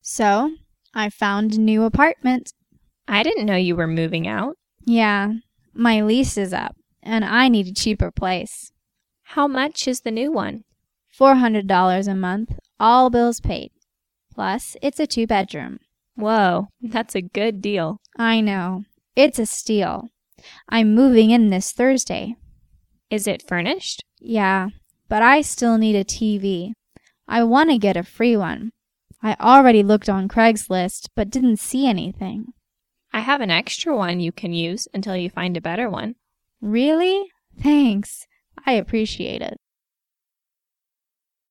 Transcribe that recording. So I found a new apartment. I didn't know you were moving out. Yeah, my lease is up and I need a cheaper place. How much is the new one? $400 a month, all bills paid. Plus, it's a two bedroom. Whoa, that's a good deal. I know. It's a steal. I'm moving in this Thursday. Is it furnished? Yeah, but I still need a TV. I want to get a free one. I already looked on Craigslist but didn't see anything. I have an extra one you can use until you find a better one. Really? Thanks. I appreciate it.